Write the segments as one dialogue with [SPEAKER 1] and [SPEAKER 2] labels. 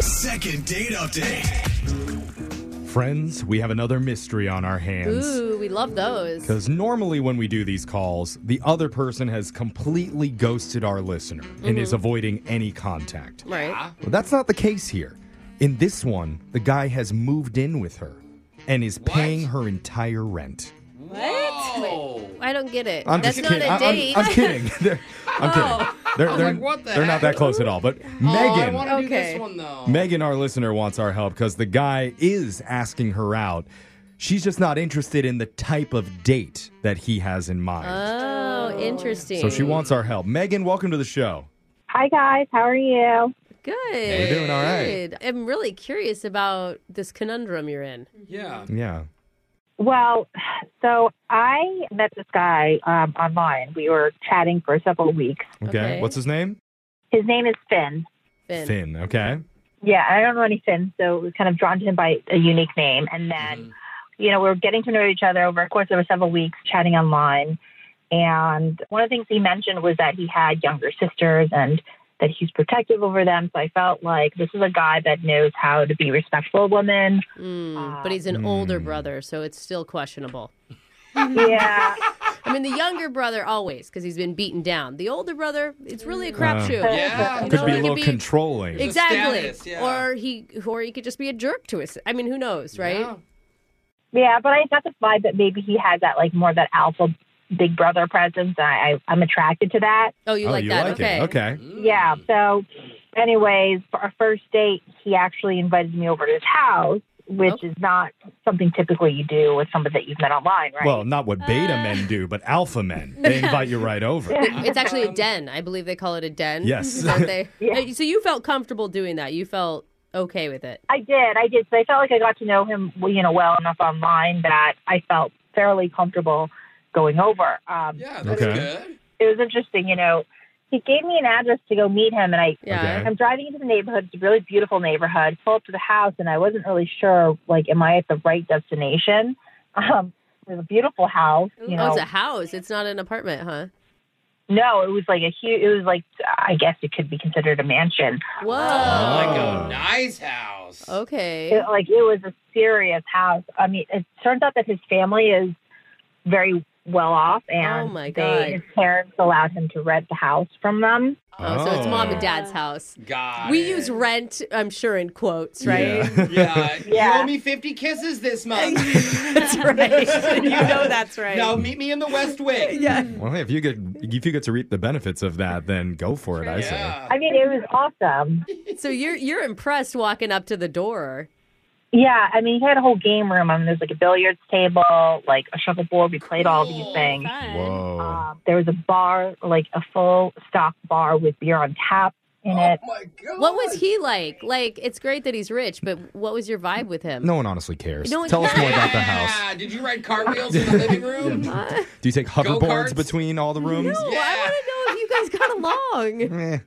[SPEAKER 1] Second date update. Friends, we have another mystery on our hands.
[SPEAKER 2] Ooh, we love those.
[SPEAKER 1] Because normally when we do these calls, the other person has completely ghosted our listener and
[SPEAKER 3] Mm-hmm.
[SPEAKER 1] is avoiding any contact.
[SPEAKER 2] Right.
[SPEAKER 1] Well, that's not the case here. In this one, the guy has moved in with her and is paying her entire rent.
[SPEAKER 2] What? Wait, I don't get it.
[SPEAKER 1] I'm
[SPEAKER 2] That's
[SPEAKER 1] just
[SPEAKER 2] not
[SPEAKER 1] kidding.
[SPEAKER 2] a
[SPEAKER 1] I- I'm-
[SPEAKER 2] date. Oh,
[SPEAKER 1] I'm, kidding. They're- I'm kidding. They're, they're,
[SPEAKER 3] like, what the
[SPEAKER 1] they're not
[SPEAKER 3] heck?
[SPEAKER 1] that close at all. But
[SPEAKER 3] Oh, I
[SPEAKER 1] Megan.
[SPEAKER 3] want to do
[SPEAKER 2] Okay.
[SPEAKER 3] this one though.
[SPEAKER 1] Megan, our listener, wants our help because the guy is asking her out. She's just not interested in the type of date that he has in mind.
[SPEAKER 2] oh, interesting.
[SPEAKER 1] so she wants our help. Megan, welcome to the show.
[SPEAKER 4] Hi guys, how are you?
[SPEAKER 2] Good.
[SPEAKER 1] We're doing all right.
[SPEAKER 2] Good. I'm really curious about this conundrum you're in.
[SPEAKER 3] Yeah.
[SPEAKER 1] Yeah.
[SPEAKER 4] Well, so I met this guy um, online. We were chatting for several weeks.
[SPEAKER 1] Okay.
[SPEAKER 2] Okay.
[SPEAKER 1] What's his name?
[SPEAKER 4] His name is Finn.
[SPEAKER 2] Finn.
[SPEAKER 1] Finn. Okay.
[SPEAKER 4] Yeah, I don't know any Finns, so we was kind of drawn to him by a unique name. And then, you know, we were getting to know each other over a course of several weeks, chatting online. And one of the things he mentioned was that he had younger sisters and that he's protective over them. So I felt like this is a guy that knows how to be respectful of women.
[SPEAKER 3] Ah.
[SPEAKER 2] Mm, but he's an
[SPEAKER 1] Hmm.
[SPEAKER 2] older brother, so it's still questionable.
[SPEAKER 4] yeah.
[SPEAKER 2] I mean, the younger brother always, because he's been beaten down. The older brother, it's really a crapshoot.
[SPEAKER 4] Uh,
[SPEAKER 3] Yeah.
[SPEAKER 2] You
[SPEAKER 1] Could
[SPEAKER 2] know,
[SPEAKER 1] be
[SPEAKER 2] it
[SPEAKER 1] a
[SPEAKER 2] could
[SPEAKER 1] little
[SPEAKER 2] be-
[SPEAKER 1] controlling.
[SPEAKER 3] Ex-
[SPEAKER 2] Exactly.
[SPEAKER 3] status, yeah.
[SPEAKER 2] Or he, or he could just be a jerk to us. I mean, who knows, right?
[SPEAKER 3] Yeah.
[SPEAKER 4] Yeah, but I got the vibe that maybe he has that like more of that alpha big brother presence. I, I I'm attracted to that.
[SPEAKER 2] Oh, you
[SPEAKER 1] oh,
[SPEAKER 2] like
[SPEAKER 1] you
[SPEAKER 2] that?
[SPEAKER 1] like
[SPEAKER 2] okay.
[SPEAKER 1] it. Okay.
[SPEAKER 4] Yeah. So, anyways, for our first date, he actually invited me over to his house, which
[SPEAKER 2] Okay.
[SPEAKER 4] is not something typically you do with somebody that you've met online, right?
[SPEAKER 1] Well, not what
[SPEAKER 2] Uh.
[SPEAKER 1] beta men do, but alpha men. They invite you right over.
[SPEAKER 2] It's actually a den. I believe they call it a den.
[SPEAKER 1] Yes.
[SPEAKER 2] Don't they?
[SPEAKER 4] Yeah.
[SPEAKER 2] Uh, So you felt comfortable doing that. You felt okay with it.
[SPEAKER 4] I did, I did. So I felt like I got to know him, well, you know, well enough online that I felt fairly comfortable going over. Um,
[SPEAKER 3] Yeah, that's
[SPEAKER 1] Okay.
[SPEAKER 3] good.
[SPEAKER 4] It was interesting, you know. He gave me an address to go meet him, and I
[SPEAKER 2] Yeah.
[SPEAKER 1] Okay.
[SPEAKER 4] I'm driving into the neighborhood. It's a really beautiful neighborhood. Pull up to the house, and I wasn't really sure, like, am I at the right destination? Um, it was a beautiful house. You
[SPEAKER 2] Oh,
[SPEAKER 4] know,
[SPEAKER 2] it's a house. It's not an apartment, huh?
[SPEAKER 4] no, it was like a huge. It was like I guess it could be considered a mansion.
[SPEAKER 2] Whoa.
[SPEAKER 3] Like
[SPEAKER 1] Oh.
[SPEAKER 3] a nice house.
[SPEAKER 2] Okay.
[SPEAKER 4] It, like it was a serious house. I mean, it turns out that his family is very well off, and
[SPEAKER 2] Oh, my God.
[SPEAKER 4] They, his parents allowed him to rent the house from them.
[SPEAKER 2] Oh, so it's mom and dad's house.
[SPEAKER 3] Got
[SPEAKER 2] We
[SPEAKER 3] it.
[SPEAKER 2] use rent, I'm sure, in quotes, right?
[SPEAKER 1] Yeah.
[SPEAKER 3] Yeah.
[SPEAKER 4] Yeah.
[SPEAKER 3] You owe me 50 kisses this month.
[SPEAKER 2] that's right. you know that's right.
[SPEAKER 3] Now meet me in the West Wing.
[SPEAKER 2] Yeah.
[SPEAKER 1] well, hey, if you get if you get to reap the benefits of that, then go for it. I say.
[SPEAKER 3] Yeah.
[SPEAKER 4] I mean, it was awesome.
[SPEAKER 2] So you're you're impressed walking up to the door.
[SPEAKER 4] Yeah, I mean, he had a whole game room. I mean, there's like a billiards table, like a shuffleboard. We played all these
[SPEAKER 3] Oh,
[SPEAKER 4] things.
[SPEAKER 1] Whoa.
[SPEAKER 4] Um, there was a bar, like a full stock bar with beer on tap in it.
[SPEAKER 3] Oh my god.
[SPEAKER 2] What was he like? Like, it's great that he's rich, but what was your vibe with him?
[SPEAKER 1] no one honestly cares.
[SPEAKER 2] No one
[SPEAKER 1] Tell us
[SPEAKER 2] cares.
[SPEAKER 1] more about the
[SPEAKER 3] Yeah.
[SPEAKER 1] house.
[SPEAKER 3] Did you ride cartwheels in the living room?
[SPEAKER 1] Do you take hoverboards
[SPEAKER 3] Go-karts?
[SPEAKER 1] between all the rooms?
[SPEAKER 2] Oh,
[SPEAKER 3] Yeah.
[SPEAKER 2] I want to know if you guys got along.
[SPEAKER 1] Eh.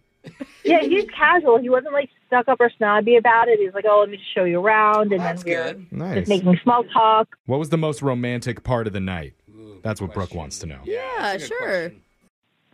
[SPEAKER 4] Yeah, he was casual. He wasn't like stuck up or snobby about it. He was like, "Oh, let me just show you around," and
[SPEAKER 3] That's
[SPEAKER 4] then we were
[SPEAKER 3] good.
[SPEAKER 1] Nice.
[SPEAKER 4] just making small talk.
[SPEAKER 1] What was the most romantic part of the night? That's what Brooke
[SPEAKER 3] question.
[SPEAKER 1] wants to know.
[SPEAKER 2] Yeah,
[SPEAKER 3] that's a good
[SPEAKER 2] sure.
[SPEAKER 3] question.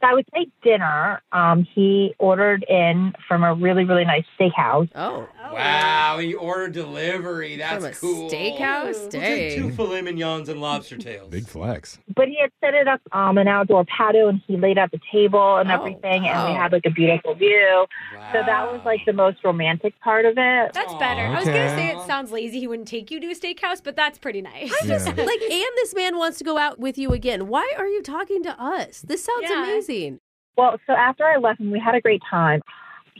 [SPEAKER 4] So I would say dinner. Um, he ordered in from a really really nice steakhouse.
[SPEAKER 2] Oh,
[SPEAKER 3] Wow, he ordered delivery. That's
[SPEAKER 2] from a
[SPEAKER 3] cool.
[SPEAKER 2] steakhouse?
[SPEAKER 3] We'll take two
[SPEAKER 2] Dang.
[SPEAKER 3] filet mignons and lobster tails.
[SPEAKER 1] Big flex.
[SPEAKER 4] But he had set it up um, an outdoor patio, and he laid out the table and
[SPEAKER 2] Oh,
[SPEAKER 4] everything, and
[SPEAKER 2] wow.
[SPEAKER 4] we had like a beautiful view.
[SPEAKER 3] wow.
[SPEAKER 4] So that was like the most romantic part of it.
[SPEAKER 5] That's better. I was
[SPEAKER 1] Okay.
[SPEAKER 5] gonna say it sounds lazy. He wouldn't take you to a steakhouse, but that's pretty nice.
[SPEAKER 2] Like, and this man wants to go out with you again. Why are you talking to us? This sounds
[SPEAKER 5] Yeah.
[SPEAKER 2] amazing.
[SPEAKER 4] Well, so after I left, and we had a great time.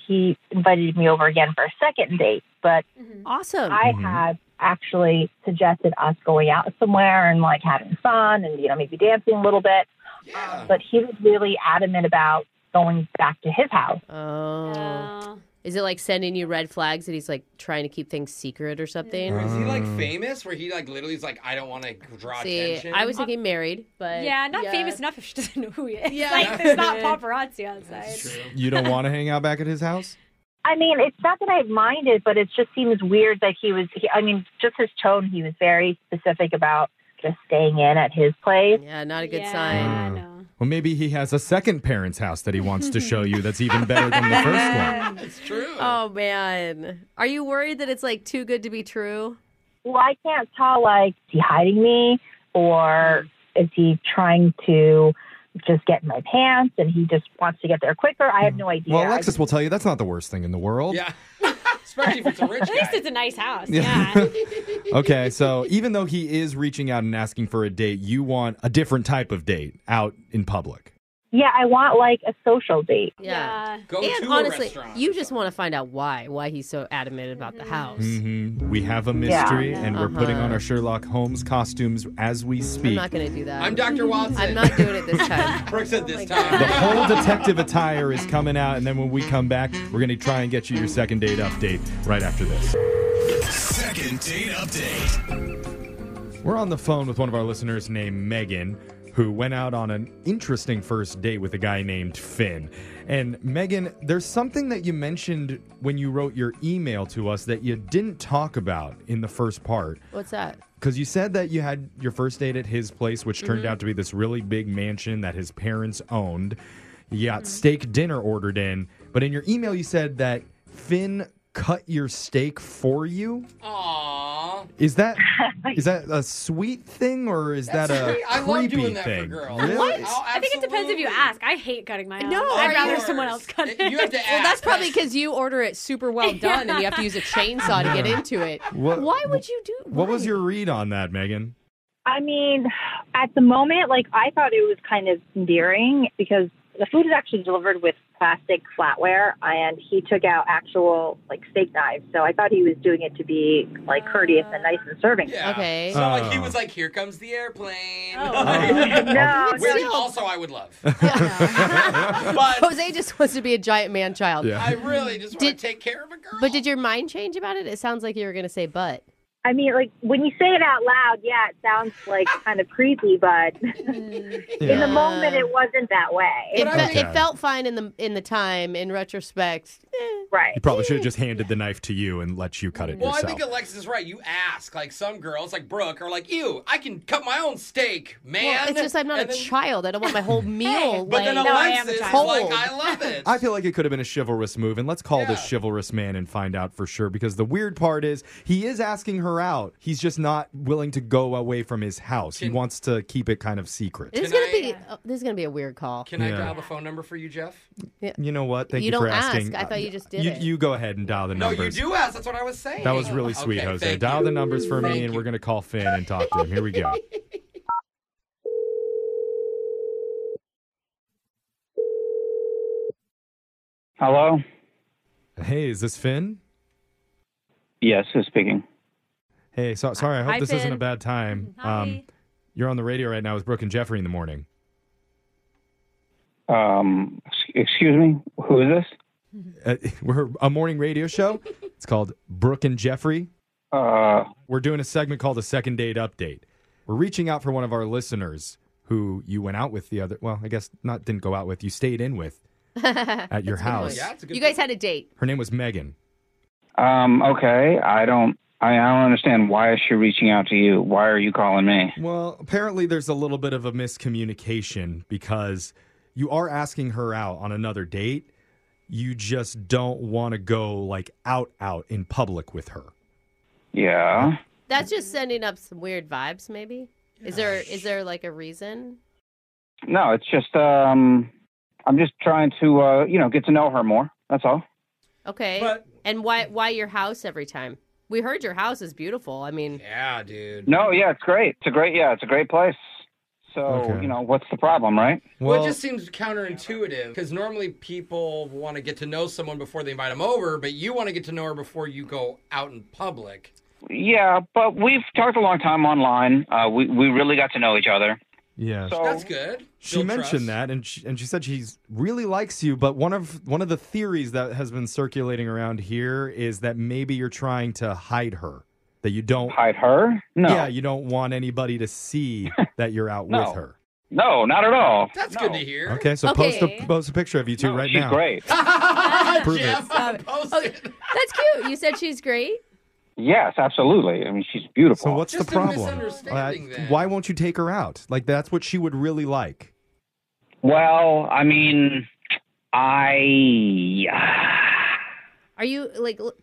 [SPEAKER 4] He invited me over again for a second date, but
[SPEAKER 5] Mm-hmm.
[SPEAKER 2] Awesome.
[SPEAKER 4] I
[SPEAKER 1] Mhm.
[SPEAKER 4] had actually suggested us going out somewhere and like having fun and you know maybe dancing a little bit.
[SPEAKER 3] Yeah.
[SPEAKER 4] But he was really adamant about going back to his house.
[SPEAKER 2] oh.
[SPEAKER 5] Uh,
[SPEAKER 2] Is it like sending you red flags that he's like trying to keep things secret or something?
[SPEAKER 3] Or
[SPEAKER 5] Mm.
[SPEAKER 3] is he
[SPEAKER 1] Mm.
[SPEAKER 3] like famous? Where he like literally is like, I don't want to draw
[SPEAKER 2] See,
[SPEAKER 3] attention.
[SPEAKER 2] I was thinking married, but
[SPEAKER 5] yeah, not famous enough if she doesn't know who he is.
[SPEAKER 2] Yeah.
[SPEAKER 5] like there's not paparazzi outside.
[SPEAKER 1] You don't want to hang out back at his house?
[SPEAKER 4] I mean, it's not that I minded, but it just seems weird that he was. He, I mean, just his tone. He was very specific about just staying in at his place.
[SPEAKER 2] Yeah, not a good
[SPEAKER 5] yeah,
[SPEAKER 2] sign.
[SPEAKER 3] Mm.
[SPEAKER 5] No.
[SPEAKER 1] Well, maybe he has a second parent's house that he wants to show you that's even better than the first one.
[SPEAKER 3] It's true.
[SPEAKER 2] Oh man, are you worried that it's like too good to be true?
[SPEAKER 4] Well, I can't tell, like, is he hiding me or is he trying to just get in my pants and he just wants to get there quicker? I have no idea.
[SPEAKER 1] Well,
[SPEAKER 4] I
[SPEAKER 1] Alexis will tell you that's not the worst thing in the world.
[SPEAKER 3] Yeah. Especially if it's a rich
[SPEAKER 5] At least
[SPEAKER 3] guy.
[SPEAKER 5] it's a nice house.
[SPEAKER 1] Yeah.
[SPEAKER 5] Yeah.
[SPEAKER 1] Okay, so even though he is reaching out and asking for a date, you want a different type of date out in public.
[SPEAKER 4] yeah, I want like a social date.
[SPEAKER 5] yeah.
[SPEAKER 3] Go
[SPEAKER 2] And
[SPEAKER 3] to a
[SPEAKER 2] honestly,
[SPEAKER 3] restaurant.
[SPEAKER 2] you just want to find out why why he's so adamant about
[SPEAKER 5] Mm-hmm.
[SPEAKER 2] the house.
[SPEAKER 1] hmm We have a mystery, and we're putting on our Sherlock Holmes costumes as we
[SPEAKER 2] Uh-huh. I'm
[SPEAKER 1] speak.
[SPEAKER 2] not going to do that.
[SPEAKER 3] I'm Dr. Watson.
[SPEAKER 2] I'm not doing it this time.
[SPEAKER 3] Brooke said this
[SPEAKER 1] The
[SPEAKER 3] time.
[SPEAKER 1] whole detective attire is coming out, and then when we come back, we're going to try and get you your second date update right after this.
[SPEAKER 6] Second date update.
[SPEAKER 1] We're on the phone with one of our listeners named Megan, who went out on an interesting first date with a guy named Finn. And Megan, there's something that you mentioned when you wrote your email to us that you didn't talk about in the first part.
[SPEAKER 2] What's that?
[SPEAKER 1] Because you said that you had your first date at his place, which
[SPEAKER 3] Mm-hmm.
[SPEAKER 1] turned out to be this really big mansion that his parents owned. You
[SPEAKER 3] Mm-hmm.
[SPEAKER 1] got steak dinner ordered in. But in your email, you said that Finn cut your steak for you.
[SPEAKER 3] Aww.
[SPEAKER 1] Is that is that a sweet thing or is
[SPEAKER 3] That's
[SPEAKER 1] that a
[SPEAKER 3] sweet. I
[SPEAKER 1] creepy
[SPEAKER 3] love doing that
[SPEAKER 1] thing?
[SPEAKER 3] for girls.
[SPEAKER 1] Really?
[SPEAKER 3] Oh,
[SPEAKER 5] I think it depends if you
[SPEAKER 3] absolutely.
[SPEAKER 5] ask. I hate cutting my own.
[SPEAKER 2] No,
[SPEAKER 5] I'd
[SPEAKER 2] of
[SPEAKER 5] rather
[SPEAKER 2] course.
[SPEAKER 5] someone else cut it.
[SPEAKER 3] You have to ask.
[SPEAKER 2] Well, that's probably because you order it super well done, and you have to use a chainsaw to get into it.
[SPEAKER 1] What-
[SPEAKER 2] Why would you do?
[SPEAKER 1] What was
[SPEAKER 2] why?
[SPEAKER 1] your read on that, Megan?
[SPEAKER 4] I mean, at the moment, like, I thought it was kind of endearing because the food is actually delivered with plastic flatware and he took out actual, like, steak knives. So I thought he was doing it to be, like, courteous and nice and serving.
[SPEAKER 3] Yeah.
[SPEAKER 2] Okay.
[SPEAKER 3] So like he
[SPEAKER 1] Oh.
[SPEAKER 3] was like, "Here comes the airplane,"
[SPEAKER 5] Oh.
[SPEAKER 4] No,
[SPEAKER 2] It's
[SPEAKER 3] which
[SPEAKER 2] still-
[SPEAKER 3] also I would love. but
[SPEAKER 2] Jose just wants to be a giant man child.
[SPEAKER 1] Yeah.
[SPEAKER 3] I really just want
[SPEAKER 2] Did-
[SPEAKER 3] to take care of a girl.
[SPEAKER 2] But did your mind change about it? It sounds like you were going to say but.
[SPEAKER 4] I mean, like when you say it out loud, yeah, it sounds like kind of creepy, but in the
[SPEAKER 1] Yeah.
[SPEAKER 4] moment, it wasn't that
[SPEAKER 2] It,
[SPEAKER 4] way.
[SPEAKER 2] fe-
[SPEAKER 1] Okay.
[SPEAKER 2] it felt fine in the in the time. In retrospect, eh.
[SPEAKER 4] Right.
[SPEAKER 1] You probably should have just handed the knife to you and let you cut it
[SPEAKER 3] well, I
[SPEAKER 1] yourself.
[SPEAKER 3] think Alexis is right. You ask, like some girls, like Brooke, are like, "Ew, I can cut my own steak, man."
[SPEAKER 2] well, it's just I'm not
[SPEAKER 3] And
[SPEAKER 2] a
[SPEAKER 3] then-
[SPEAKER 2] child. I don't want my whole meal.
[SPEAKER 3] But then
[SPEAKER 2] like-
[SPEAKER 5] No, I am
[SPEAKER 3] Alexis
[SPEAKER 5] a
[SPEAKER 3] is
[SPEAKER 5] child.
[SPEAKER 3] like,
[SPEAKER 2] Cold.
[SPEAKER 3] "I love it."
[SPEAKER 1] I feel like it could have been a chivalrous move, and let's call this
[SPEAKER 3] Yeah.
[SPEAKER 1] chivalrous man and find out for sure. Because the weird part is he is asking her out. He's just not willing to go away from his house. He
[SPEAKER 3] Can-
[SPEAKER 1] wants to keep it kind of secret.
[SPEAKER 2] This is
[SPEAKER 3] Can
[SPEAKER 2] gonna
[SPEAKER 3] I-
[SPEAKER 2] be oh, this is gonna be a weird call.
[SPEAKER 3] Can I
[SPEAKER 1] Yeah.
[SPEAKER 3] grab a phone number for you, Jeff?
[SPEAKER 1] You know what? Thank
[SPEAKER 2] You
[SPEAKER 1] you,
[SPEAKER 2] don't
[SPEAKER 1] for asking. Uh,
[SPEAKER 2] ask. I thought you just did
[SPEAKER 1] You,
[SPEAKER 2] it.
[SPEAKER 1] you go ahead and dial the
[SPEAKER 3] No,
[SPEAKER 1] numbers.
[SPEAKER 3] you do ask. That's what I was saying.
[SPEAKER 1] That was really sweet,
[SPEAKER 3] Okay,
[SPEAKER 1] Jose.
[SPEAKER 3] thank
[SPEAKER 1] Dial
[SPEAKER 3] you.
[SPEAKER 1] the numbers for
[SPEAKER 3] Thank
[SPEAKER 1] me, and
[SPEAKER 3] you.
[SPEAKER 1] we're going to call Finn and talk to him. Here we go.
[SPEAKER 7] Hello?
[SPEAKER 1] Hey, is this Finn?
[SPEAKER 7] Yes, who's speaking?
[SPEAKER 1] Hey, so, sorry. I hope
[SPEAKER 2] Hi,
[SPEAKER 1] this isn't
[SPEAKER 2] Finn. Mm-hmm.
[SPEAKER 1] a bad time. Um,
[SPEAKER 5] Hi.
[SPEAKER 1] you're on the radio right now with Brooke and Jeffrey in the morning.
[SPEAKER 7] Um, ex- excuse me? Who is this?
[SPEAKER 1] Uh, we're a morning radio show. It's called Brooke and Jeffrey.
[SPEAKER 7] Uh,
[SPEAKER 1] We're doing a segment called the Second Date Update. We're reaching out for one of our listeners who you went out with the other. Well, I guess not. Didn't go out with. You stayed in with at your house.
[SPEAKER 3] Yeah, it's a good.
[SPEAKER 2] You guys had a date.
[SPEAKER 1] Her name was Megan.
[SPEAKER 7] um, okay. I don't, I, I don't understand. Why is she reaching out to you? Why are you calling me?
[SPEAKER 1] Well, apparently there's a little bit of a miscommunication because you are asking her out on another date. You just don't want to go like out out in public with her.
[SPEAKER 7] Yeah.
[SPEAKER 2] That's just sending up some weird vibes. Maybe is there is there like a reason?
[SPEAKER 7] No, it's just, um, I'm just trying to, uh, you know, get to know her more. That's all.
[SPEAKER 2] Okay,
[SPEAKER 3] But-
[SPEAKER 2] and why why your house every time? We heard your house is beautiful. I mean,
[SPEAKER 3] Yeah, dude.
[SPEAKER 7] No, yeah, it's great. It's a great, yeah, it's a great place. So,
[SPEAKER 1] Okay.
[SPEAKER 7] you know, what's the problem, right?
[SPEAKER 3] Well, it just seems counterintuitive because normally people want to get to know someone before they invite them over, but you want to get to know her before you go out in public.
[SPEAKER 7] Yeah, but we've talked a long time online. Uh, we, we really got to know each other.
[SPEAKER 1] yeah.
[SPEAKER 7] So,
[SPEAKER 3] That's good.
[SPEAKER 1] she
[SPEAKER 3] Build
[SPEAKER 1] mentioned
[SPEAKER 3] trust.
[SPEAKER 1] that and she, and she said she's really likes you but one of one of the theories that has been circulating around here is that maybe you're trying to hide her that you don't
[SPEAKER 7] hide her? No.
[SPEAKER 1] yeah you don't want anybody to see that you're out
[SPEAKER 7] No.
[SPEAKER 1] with her
[SPEAKER 7] No, not at all.
[SPEAKER 3] That's
[SPEAKER 7] No.
[SPEAKER 3] good to hear.
[SPEAKER 1] okay so post a
[SPEAKER 5] Okay.
[SPEAKER 1] post a picture of you two
[SPEAKER 7] No,
[SPEAKER 1] right
[SPEAKER 7] she's
[SPEAKER 1] now
[SPEAKER 7] great.
[SPEAKER 1] prove
[SPEAKER 3] Jeff,
[SPEAKER 1] it
[SPEAKER 3] post
[SPEAKER 2] oh,
[SPEAKER 3] it.
[SPEAKER 2] that's cute. You said she's great.
[SPEAKER 7] Yes, absolutely. I mean, she's beautiful.
[SPEAKER 1] so what's
[SPEAKER 3] Just
[SPEAKER 1] the
[SPEAKER 3] a
[SPEAKER 1] problem Uh,
[SPEAKER 3] misunderstanding then.
[SPEAKER 1] why won't you take her out like that's what she would really like
[SPEAKER 7] Well, I mean, I
[SPEAKER 2] Are you like? l-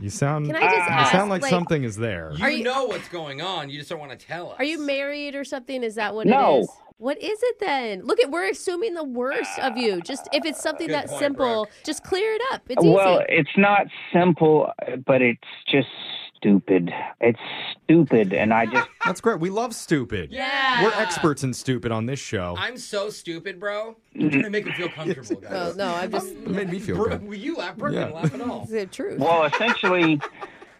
[SPEAKER 1] You sound.
[SPEAKER 2] Can I just
[SPEAKER 1] you
[SPEAKER 2] ask,
[SPEAKER 1] sound like,
[SPEAKER 2] like-
[SPEAKER 1] something is there.
[SPEAKER 3] You,
[SPEAKER 2] Are you-
[SPEAKER 3] know what's going on. You just don't want to tell us.
[SPEAKER 2] Are you married or something? Is that what
[SPEAKER 7] No.
[SPEAKER 2] it is? What is it then? Look at we're assuming the worst of you. Just if it's something
[SPEAKER 3] Good
[SPEAKER 2] that
[SPEAKER 3] point,
[SPEAKER 2] simple,
[SPEAKER 3] Brooke.
[SPEAKER 2] just clear it up. It's
[SPEAKER 7] Well,
[SPEAKER 2] easy.
[SPEAKER 7] it's not simple, but it's just stupid. It's stupid, and I just
[SPEAKER 1] That's great. We love stupid.
[SPEAKER 3] Yeah.
[SPEAKER 1] We're experts in stupid on this show.
[SPEAKER 3] I'm so stupid, bro.
[SPEAKER 1] Mm-hmm.
[SPEAKER 3] I'm trying to make him feel comfortable,
[SPEAKER 2] Oh
[SPEAKER 3] guys.
[SPEAKER 2] no, I'm just
[SPEAKER 1] it made me feel
[SPEAKER 3] Brooke,
[SPEAKER 1] good.
[SPEAKER 3] will you laugh? Brooke didn't
[SPEAKER 1] Yeah.
[SPEAKER 3] laugh at all.
[SPEAKER 2] the truth.
[SPEAKER 7] well, essentially,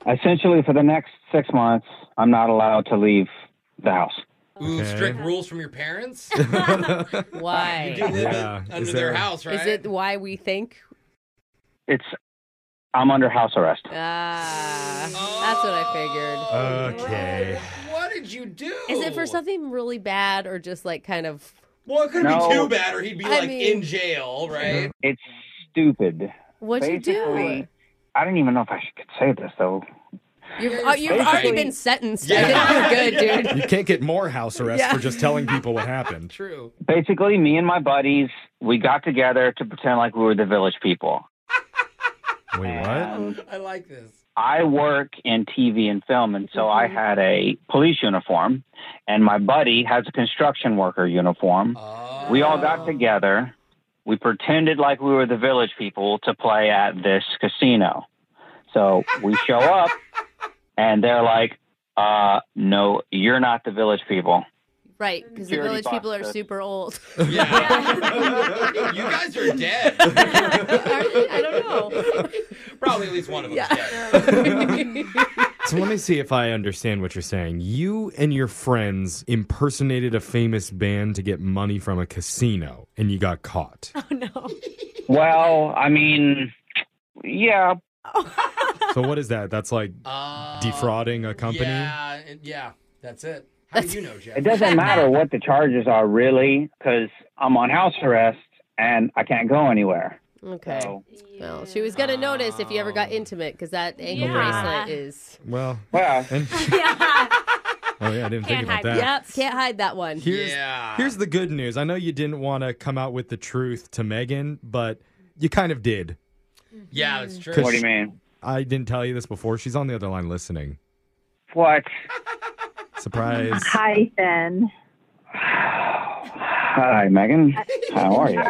[SPEAKER 7] essentially for the next six months, I'm not allowed to leave the house.
[SPEAKER 3] Ooh,
[SPEAKER 1] Okay.
[SPEAKER 3] strict rules from your parents?
[SPEAKER 2] Why?
[SPEAKER 3] You live
[SPEAKER 1] Yeah.
[SPEAKER 3] in- under
[SPEAKER 1] Is
[SPEAKER 3] their
[SPEAKER 1] there-
[SPEAKER 3] house, right?
[SPEAKER 2] Is it why we think?
[SPEAKER 7] It's I'm under house arrest.
[SPEAKER 2] Ah, that's what I figured.
[SPEAKER 1] Okay.
[SPEAKER 3] Oh, What did you do?
[SPEAKER 2] Is it for something really bad or just like kind of?
[SPEAKER 3] Well, it couldn't
[SPEAKER 7] No.
[SPEAKER 3] be too bad, or he'd be
[SPEAKER 2] I
[SPEAKER 3] like
[SPEAKER 2] mean-
[SPEAKER 3] in jail, right?
[SPEAKER 1] Mm-hmm.
[SPEAKER 7] It's stupid.
[SPEAKER 2] What'd you do?
[SPEAKER 7] Basically, I don't even know if I should- could say this though.
[SPEAKER 2] You've, uh, you've already been sentenced. I
[SPEAKER 3] Yeah.
[SPEAKER 2] think you're good, dude.
[SPEAKER 1] You can't get more house arrest
[SPEAKER 2] Yeah.
[SPEAKER 1] for just telling people what happened.
[SPEAKER 3] True.
[SPEAKER 7] Basically, me and my buddies we got together to pretend like we were the village people.
[SPEAKER 1] Wait, what?
[SPEAKER 7] And
[SPEAKER 3] I like this.
[SPEAKER 7] I work in TV and film, and so I had a police uniform, and my buddy has a construction worker uniform.
[SPEAKER 3] Oh.
[SPEAKER 7] We all got together. We pretended like we were the village people to play at this casino. So we show up, and they're like, uh, no, you're not the village people.
[SPEAKER 2] Right, because the
[SPEAKER 7] Security
[SPEAKER 2] village people are
[SPEAKER 7] boxes.
[SPEAKER 2] super old.
[SPEAKER 3] Yeah. you guys are dead.
[SPEAKER 2] I don't know.
[SPEAKER 3] Probably at least one of them's dead.
[SPEAKER 1] So let me see if I understand what you're saying. You and your friends impersonated a famous band to get money from a casino, and you got caught.
[SPEAKER 5] Oh,
[SPEAKER 7] Well, I mean, yeah,
[SPEAKER 1] So what is that? That's like
[SPEAKER 3] Uh,
[SPEAKER 1] defrauding a company.
[SPEAKER 3] Yeah, it- yeah, that's it. How do you know, Jeff?
[SPEAKER 7] it doesn't matter what the charges are, really, because I'm on house arrest and I can't go anywhere.
[SPEAKER 2] Okay.
[SPEAKER 7] So.
[SPEAKER 2] Well, she was gonna notice if you ever got intimate, because that ankle
[SPEAKER 5] Yeah.
[SPEAKER 2] bracelet is.
[SPEAKER 1] Well,
[SPEAKER 7] Well,
[SPEAKER 1] and,
[SPEAKER 5] yeah.
[SPEAKER 1] oh yeah, I didn't think
[SPEAKER 5] Can't
[SPEAKER 1] about
[SPEAKER 5] hide
[SPEAKER 1] that.
[SPEAKER 2] Yep, can't hide that one.
[SPEAKER 1] Here's,
[SPEAKER 3] Yeah.
[SPEAKER 1] here's the good news. I know you didn't want to come out with the truth to Megan, but you kind of did.
[SPEAKER 3] Yeah, that's true.
[SPEAKER 7] what do you mean?
[SPEAKER 1] I didn't tell you this before. She's on the other line listening.
[SPEAKER 7] What?
[SPEAKER 1] Surprise.
[SPEAKER 4] Hi, Finn.
[SPEAKER 7] Hi, Megan. How are you?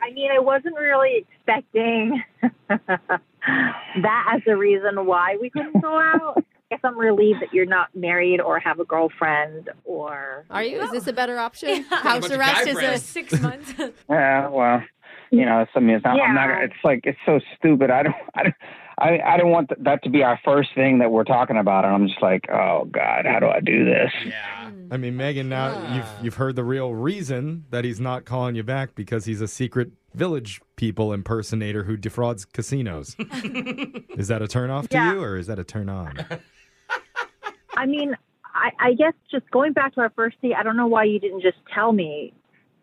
[SPEAKER 4] I mean, I wasn't really expecting that as the reason why we couldn't go out. I guess I'm relieved that you're not married or have a girlfriend or.
[SPEAKER 2] Are you? Is this a better option?
[SPEAKER 3] A bunch
[SPEAKER 2] House
[SPEAKER 3] of
[SPEAKER 2] arrest
[SPEAKER 3] guy
[SPEAKER 2] is
[SPEAKER 5] For
[SPEAKER 2] a.
[SPEAKER 3] friends.
[SPEAKER 5] six months.
[SPEAKER 7] Yeah, well, you know, it's- I mean, it's not. I'm not.
[SPEAKER 4] Yeah.
[SPEAKER 7] It's like it's so stupid. I don't. I don't. I, I don't want that to be our first thing that we're talking about, and I'm just like, oh God, how do I do this?
[SPEAKER 3] Yeah.
[SPEAKER 1] I mean, Megan, now you've you've heard the real reason that he's not calling you back because he's a secret village people impersonator who defrauds casinos. is that a turnoff to
[SPEAKER 4] Yeah.
[SPEAKER 1] you or is that a turn on?
[SPEAKER 4] I mean, I, I guess just going back to our first date, I don't know why you didn't just tell me.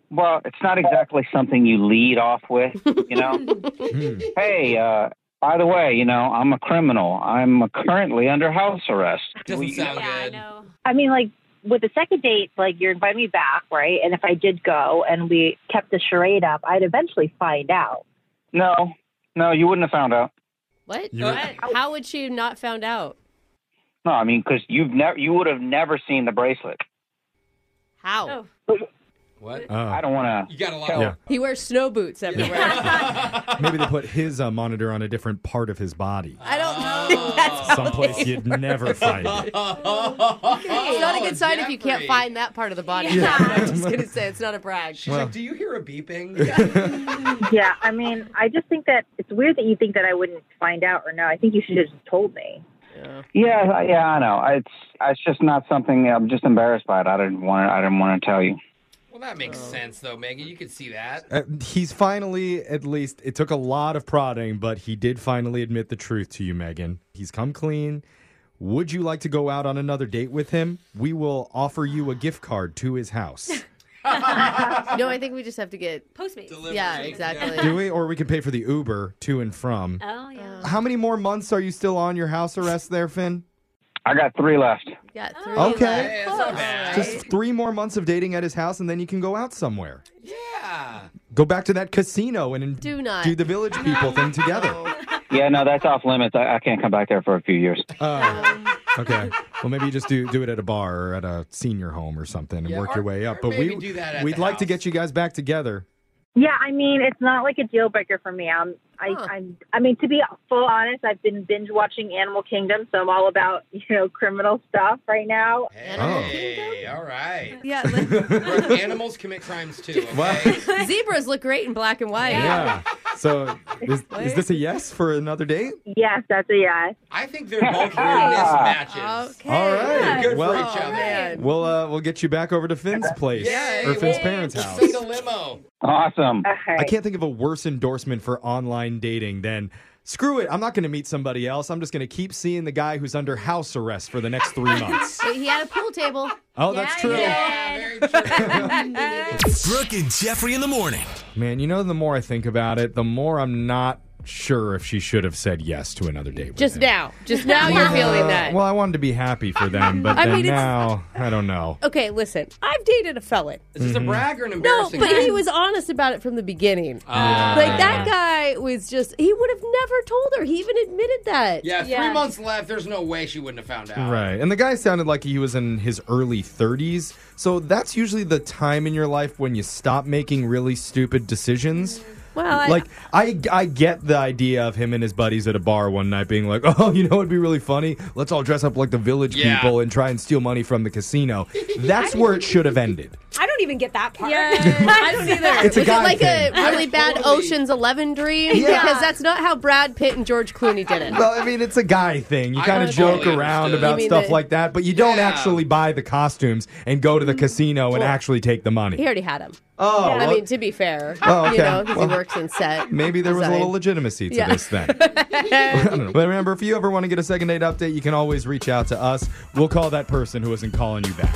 [SPEAKER 7] Well, it's not exactly something you lead off with, you know.
[SPEAKER 1] Hmm.
[SPEAKER 7] hey, uh, by the way, you know, I'm a criminal. I'm currently under house arrest.
[SPEAKER 3] Doesn't sound
[SPEAKER 5] yeah, I
[SPEAKER 3] good.
[SPEAKER 5] know.
[SPEAKER 4] I mean, like with the second date, like you're inviting me back, right? And if I did go and we kept the charade up, I'd eventually find out.
[SPEAKER 7] No, no, you wouldn't have found out.
[SPEAKER 2] What?
[SPEAKER 1] You-
[SPEAKER 2] What? How would she have not found out?
[SPEAKER 7] No, I mean, because you've never, you would have never seen the bracelet.
[SPEAKER 2] How?
[SPEAKER 5] Oh.
[SPEAKER 3] What?
[SPEAKER 1] Oh.
[SPEAKER 7] I don't want
[SPEAKER 3] You got a lot.
[SPEAKER 7] Tell.
[SPEAKER 1] Yeah.
[SPEAKER 2] He wears snow boots everywhere.
[SPEAKER 1] Maybe they put his uh, monitor on a different part of his body,
[SPEAKER 2] I don't think that's how
[SPEAKER 1] someplace
[SPEAKER 2] they-
[SPEAKER 1] you'd never find it.
[SPEAKER 2] It's not a good sign if you can't find that part of the body. I'm just gonna say it's not a brag.
[SPEAKER 3] She's like, do you hear a beeping? Yeah.
[SPEAKER 4] Yeah, I mean, I just think that it's weird that you think that I wouldn't find out or know. I think you should have just told me.
[SPEAKER 7] to. Yeah, I- yeah, I know. It's, it's just not something. I'm just embarrassed by it. I didn't want. I didn't want to tell you.
[SPEAKER 3] well, that makes
[SPEAKER 2] Oh.
[SPEAKER 3] sense, though, Megan. You could see that.
[SPEAKER 1] Uh, he's finally, at least, it took a lot of prodding, but he did finally admit the truth to you, Megan. He's come clean. Would you like to go out on another date with him? We will offer you a gift card to his house.
[SPEAKER 2] No, I think we just have to get.
[SPEAKER 5] Postmates.
[SPEAKER 2] Yeah, exactly.
[SPEAKER 1] Do we? Or we can pay for the Uber to and from.
[SPEAKER 5] Oh
[SPEAKER 2] Uh,
[SPEAKER 5] yeah.
[SPEAKER 1] How many more months are you still on your house arrest there, Finn?
[SPEAKER 7] I got three left.
[SPEAKER 2] Got three.
[SPEAKER 1] Okay.
[SPEAKER 3] Hey, that's not bad.
[SPEAKER 1] Just three more months of dating at his house, and then you can go out somewhere.
[SPEAKER 3] yeah.
[SPEAKER 1] Go back to that casino and
[SPEAKER 2] Do not.
[SPEAKER 1] the village people thing together.
[SPEAKER 7] Yeah, no, that's off limits. I, I can't come back there for a few years.
[SPEAKER 3] Um,
[SPEAKER 1] Oh, okay. Well, maybe you just do do it at a bar or at a senior home or something and
[SPEAKER 3] Yeah,
[SPEAKER 1] work
[SPEAKER 3] or-
[SPEAKER 1] your way up.
[SPEAKER 3] or
[SPEAKER 1] But
[SPEAKER 3] maybe
[SPEAKER 1] we
[SPEAKER 3] do that at
[SPEAKER 1] we'd
[SPEAKER 3] the
[SPEAKER 1] like to
[SPEAKER 3] house.
[SPEAKER 1] get you guys back together.
[SPEAKER 4] Yeah, I mean, it's not like a deal breaker for me. I'm, I,
[SPEAKER 2] Huh.
[SPEAKER 4] I'm, I mean, to be full honest, I've been binge watching Animal Kingdom, so I'm all about you know criminal stuff right now.
[SPEAKER 1] Oh.
[SPEAKER 3] Hey, all right.
[SPEAKER 2] Yeah, like,
[SPEAKER 3] Look, animals commit crimes too. Okay?
[SPEAKER 1] Wow.
[SPEAKER 2] zebras look great in black and white.
[SPEAKER 1] Yeah. So is, is this a yes for another date?
[SPEAKER 4] Yes, that's a yes.
[SPEAKER 3] I think they're both real mismatches.
[SPEAKER 2] Okay.
[SPEAKER 1] All right.
[SPEAKER 3] Good
[SPEAKER 1] well,
[SPEAKER 3] for each other.
[SPEAKER 1] We'll uh, we'll get you back over to Finn's place
[SPEAKER 3] Yay.
[SPEAKER 1] or Finn's parents' house.
[SPEAKER 3] Send a limo.
[SPEAKER 7] Awesome.
[SPEAKER 4] All right.
[SPEAKER 1] I can't think of a worse endorsement for online dating than screw it. I'm not going to meet somebody else. I'm just going to keep seeing the guy who's under house arrest for the next three months.
[SPEAKER 2] But he had a pool table.
[SPEAKER 1] Oh, that's true.
[SPEAKER 3] Yeah, very true.
[SPEAKER 6] Brooke and Jeffrey in the morning.
[SPEAKER 1] Man, you know, the more I think about it, the more I'm not sure if she should have said yes to another date. With
[SPEAKER 2] Just
[SPEAKER 1] him.
[SPEAKER 2] now. Just now you're feeling
[SPEAKER 1] Uh,
[SPEAKER 2] that.
[SPEAKER 1] Well, I wanted to be happy for them, but
[SPEAKER 2] I
[SPEAKER 1] then
[SPEAKER 2] mean, it's-
[SPEAKER 1] now I don't know.
[SPEAKER 2] Okay, listen. I've dated a felon.
[SPEAKER 3] Is this a brag or an
[SPEAKER 2] No,
[SPEAKER 3] embarrassing?
[SPEAKER 2] but he was honest about it from the beginning.
[SPEAKER 3] Ah.
[SPEAKER 2] Like that guy was just—he would have never told her. He even admitted that.
[SPEAKER 3] Yeah, three
[SPEAKER 5] Yeah.
[SPEAKER 3] months left. There's no way she wouldn't have found out.
[SPEAKER 1] Right. And the guy sounded like he was in his early 30s. So that's usually the time in your life when you stop making really stupid decisions.
[SPEAKER 2] Well, I,
[SPEAKER 1] like I, I get the idea of him and his buddies at a bar one night being like, "Oh, you know, it'd be really funny. Let's all dress up like the village
[SPEAKER 3] Yeah.
[SPEAKER 1] people and try and steal money from the casino." That's where it should have ended.
[SPEAKER 5] I don't even get that part.
[SPEAKER 2] I don't either.
[SPEAKER 1] It's a
[SPEAKER 2] was
[SPEAKER 1] guy
[SPEAKER 2] it like
[SPEAKER 1] thing.
[SPEAKER 2] a really
[SPEAKER 3] I
[SPEAKER 2] bad
[SPEAKER 3] totally-
[SPEAKER 2] Ocean's Eleven dream?
[SPEAKER 1] Yeah.
[SPEAKER 2] Because that's not how Brad Pitt and George Clooney did it.
[SPEAKER 1] Well, I mean, it's a guy thing. You
[SPEAKER 3] I
[SPEAKER 1] kind of
[SPEAKER 3] totally
[SPEAKER 1] joke around
[SPEAKER 3] understood.
[SPEAKER 1] about
[SPEAKER 2] You mean
[SPEAKER 1] stuff
[SPEAKER 2] that-
[SPEAKER 1] like that, but you don't
[SPEAKER 3] Yeah.
[SPEAKER 1] actually buy the costumes and go to
[SPEAKER 2] Mm.
[SPEAKER 1] the casino and actually take the money.
[SPEAKER 2] He already had him.
[SPEAKER 1] oh,
[SPEAKER 2] I
[SPEAKER 1] well,
[SPEAKER 2] mean, to be fair,
[SPEAKER 1] Oh, okay.
[SPEAKER 2] you know, because
[SPEAKER 1] Well,
[SPEAKER 2] he works in set.
[SPEAKER 1] Maybe there was a
[SPEAKER 2] design.
[SPEAKER 1] little legitimacy to
[SPEAKER 2] Yeah.
[SPEAKER 1] this then. I don't know. But remember, if you ever want to get a second date update, you can always reach out to us. We'll call that person who isn't calling you back.